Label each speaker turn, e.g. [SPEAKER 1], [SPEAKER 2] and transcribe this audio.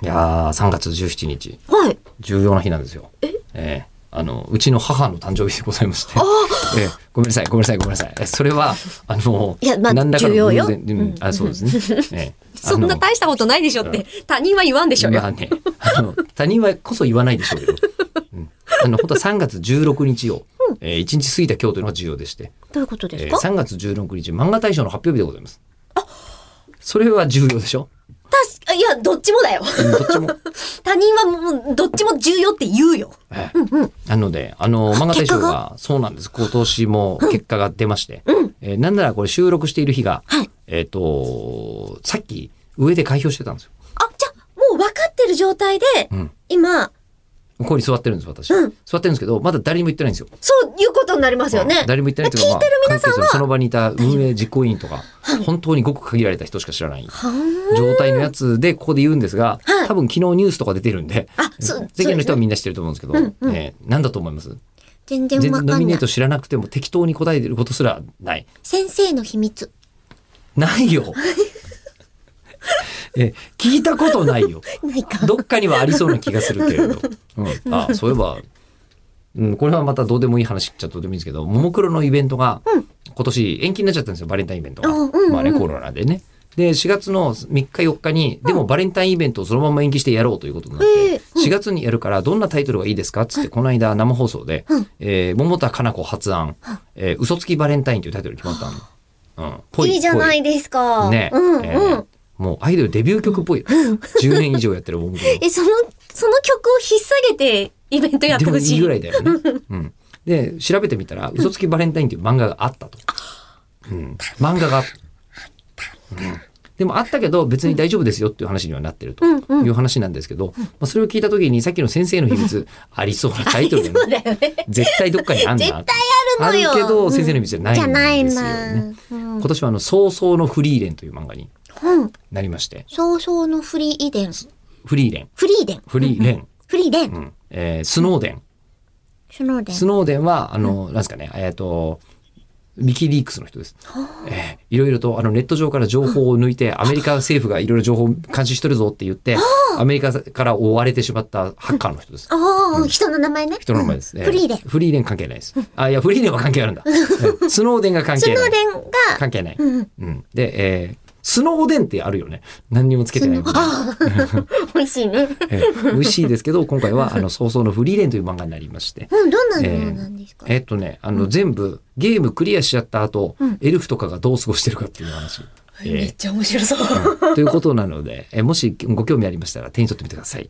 [SPEAKER 1] いやー、3月17日、
[SPEAKER 2] はい。
[SPEAKER 1] 重要な日なんですよ。ええあの、うちの母の誕生日でございまして。ええごめんなさい、ごめんなさい、ごめんなさい。えそれは、あの、
[SPEAKER 2] いやまあ
[SPEAKER 1] 何らかの
[SPEAKER 2] 重要よ
[SPEAKER 1] 偶然うん
[SPEAKER 2] うん
[SPEAKER 1] あ、そうですね。ええ
[SPEAKER 2] そんな大したことないでしょって、他人は言わんでしょうよ。
[SPEAKER 1] まあね、あの、他人はこそ言わないでしょうけど。うん、あの、本当は3月16日を、えー、1日過ぎた今日というのが重要でして、
[SPEAKER 2] どういうことで
[SPEAKER 1] え
[SPEAKER 2] す
[SPEAKER 1] ー、
[SPEAKER 2] か、
[SPEAKER 1] 3月16日、漫画大賞の発表日でございます。それは重要でしょ
[SPEAKER 2] 確かいや、どっちもだよ。
[SPEAKER 1] うんどっちも。
[SPEAKER 2] 他人はもう、どっちも重要って言うよ。
[SPEAKER 1] ええなので、あの、漫画大賞
[SPEAKER 2] 結果
[SPEAKER 1] が、そうなんです。今年も結果が出まして。えーなんならこれ収録している日が、
[SPEAKER 2] はい
[SPEAKER 1] えっ、と、さっき上で開票してたんですよ。
[SPEAKER 2] あ、じゃあもう分かってる状態で、
[SPEAKER 1] うん
[SPEAKER 2] 今、
[SPEAKER 1] 向こうに座ってるんです、私。
[SPEAKER 2] うん
[SPEAKER 1] 座ってるんですけど、まだ誰にも言ってないんですよ。
[SPEAKER 2] そういうことになりますよね。
[SPEAKER 1] 誰も言ってないという
[SPEAKER 2] 聞いてる皆さん
[SPEAKER 1] まあ関係者
[SPEAKER 2] は、
[SPEAKER 1] その場にいた運営実行委員とか、本当にごく限られた人しか知らない
[SPEAKER 2] はーん
[SPEAKER 1] 状態のやつでここで言うんですが、
[SPEAKER 2] はい
[SPEAKER 1] 多分昨日ニュースとか出てるんで、
[SPEAKER 2] あそ
[SPEAKER 1] 世間
[SPEAKER 2] う
[SPEAKER 1] の人
[SPEAKER 2] そうです
[SPEAKER 1] は
[SPEAKER 2] ね
[SPEAKER 1] みんな知ってると思うんですけど、
[SPEAKER 2] うんうん
[SPEAKER 1] えー何だと思います
[SPEAKER 2] 全然
[SPEAKER 1] 全
[SPEAKER 2] 分
[SPEAKER 1] 然
[SPEAKER 2] かん
[SPEAKER 1] ノミネ
[SPEAKER 2] な
[SPEAKER 1] ー
[SPEAKER 2] い
[SPEAKER 1] ト。知らなくても適当に答えてることすらない。
[SPEAKER 2] 先生の秘密。
[SPEAKER 1] ないよえ聞いたことない よ。
[SPEAKER 2] ないか。
[SPEAKER 1] どっかにはありそうな気がするけれど。うん、あそういえば、うん、これはまたどうでもいい話っちゃどうでもいいんですけど、ももクロのイベントが、今年延期になっちゃったんですよ、バレンタインイベントが。
[SPEAKER 2] あうんうん
[SPEAKER 1] まあね、コロナでね。で、4月の3日4日に、でもバレンタインイベントをそのまま延期してやろうということになって、
[SPEAKER 2] ええうん
[SPEAKER 1] 4月にやるからどんなタイトルがいいですかっつって、この間生放送で、
[SPEAKER 2] うん
[SPEAKER 1] えー桃田かな子発案、えー嘘つきバレンタインというタイトルに決まったの。うん、ぽ
[SPEAKER 2] いいじゃないですか。
[SPEAKER 1] ね、
[SPEAKER 2] うん、
[SPEAKER 1] え
[SPEAKER 2] う
[SPEAKER 1] ー
[SPEAKER 2] ん。
[SPEAKER 1] もうアイドルデビュー曲っぽい。10年以上やってる 音楽の。
[SPEAKER 2] え、その、その曲を引っ提げて、イベントやってほし
[SPEAKER 1] でもい
[SPEAKER 2] い。
[SPEAKER 1] いぐらいだよ ね。うん、で調べてみたら「嘘つきバレンタイン」という漫画があったと。うん、漫画があった。うんでもあったけど別に大丈夫ですよっていう話にはなってると
[SPEAKER 2] うんうん
[SPEAKER 1] いう話なんですけど、まあ、それを聞いた時にさっきの「先生の秘密」ありそうなタイト ルが
[SPEAKER 2] そう
[SPEAKER 1] ね
[SPEAKER 2] だよね。
[SPEAKER 1] 絶対どっかにあんな
[SPEAKER 2] 絶対あるのよ
[SPEAKER 1] あるけど先生の秘密じゃない
[SPEAKER 2] じゃない
[SPEAKER 1] んですよ
[SPEAKER 2] な。
[SPEAKER 1] ね。
[SPEAKER 2] うん
[SPEAKER 1] 今。年はあの「早々のフリーレン」という漫画に
[SPEAKER 2] うん。
[SPEAKER 1] なりまして
[SPEAKER 2] 早々のフリー遺伝。
[SPEAKER 1] フリーレン
[SPEAKER 2] フリーデン。
[SPEAKER 1] フリーレン、
[SPEAKER 2] フリーデン。
[SPEAKER 1] うんえースノーデン
[SPEAKER 2] シュノーデン。
[SPEAKER 1] スノーデンは、あの、なんですかね、えっ、と、ミキリークスの人です。えーいろいろと、あの、ネット上から情報を抜いて、アメリカ政府がいろいろ情報を監視しとるぞって言って、アメリカから追われてしまったハッカーの人です。
[SPEAKER 2] ああ、人の名前ね。
[SPEAKER 1] 人の名前です。
[SPEAKER 2] うん
[SPEAKER 1] え
[SPEAKER 2] フリーデン。
[SPEAKER 1] フリーレン関係ないです。あ、いや、フリーレンは関係あるんだ。うんスノーデンが関
[SPEAKER 2] ス
[SPEAKER 1] 係
[SPEAKER 2] ノ
[SPEAKER 1] な
[SPEAKER 2] ー
[SPEAKER 1] い。
[SPEAKER 2] デンが、
[SPEAKER 1] 関係ない。
[SPEAKER 2] うん。
[SPEAKER 1] うん。で、えースノーデンってあるよね。何にもつけて
[SPEAKER 2] ス
[SPEAKER 1] ない
[SPEAKER 2] ノ。ああ、美味しいね。
[SPEAKER 1] えー美味しいですけど、今回は、あの、早々のフリーレンという漫画になりまして。
[SPEAKER 2] うん、どんなのなんですか
[SPEAKER 1] えっとね、あの、全部、ゲームクリアしちゃった後、
[SPEAKER 2] うん
[SPEAKER 1] エルフとかがどう過ごしてるかっていう話。え
[SPEAKER 2] めっちゃ面白そう。
[SPEAKER 1] ーということなので、えーもしご興味ありましたら手に取ってみてください。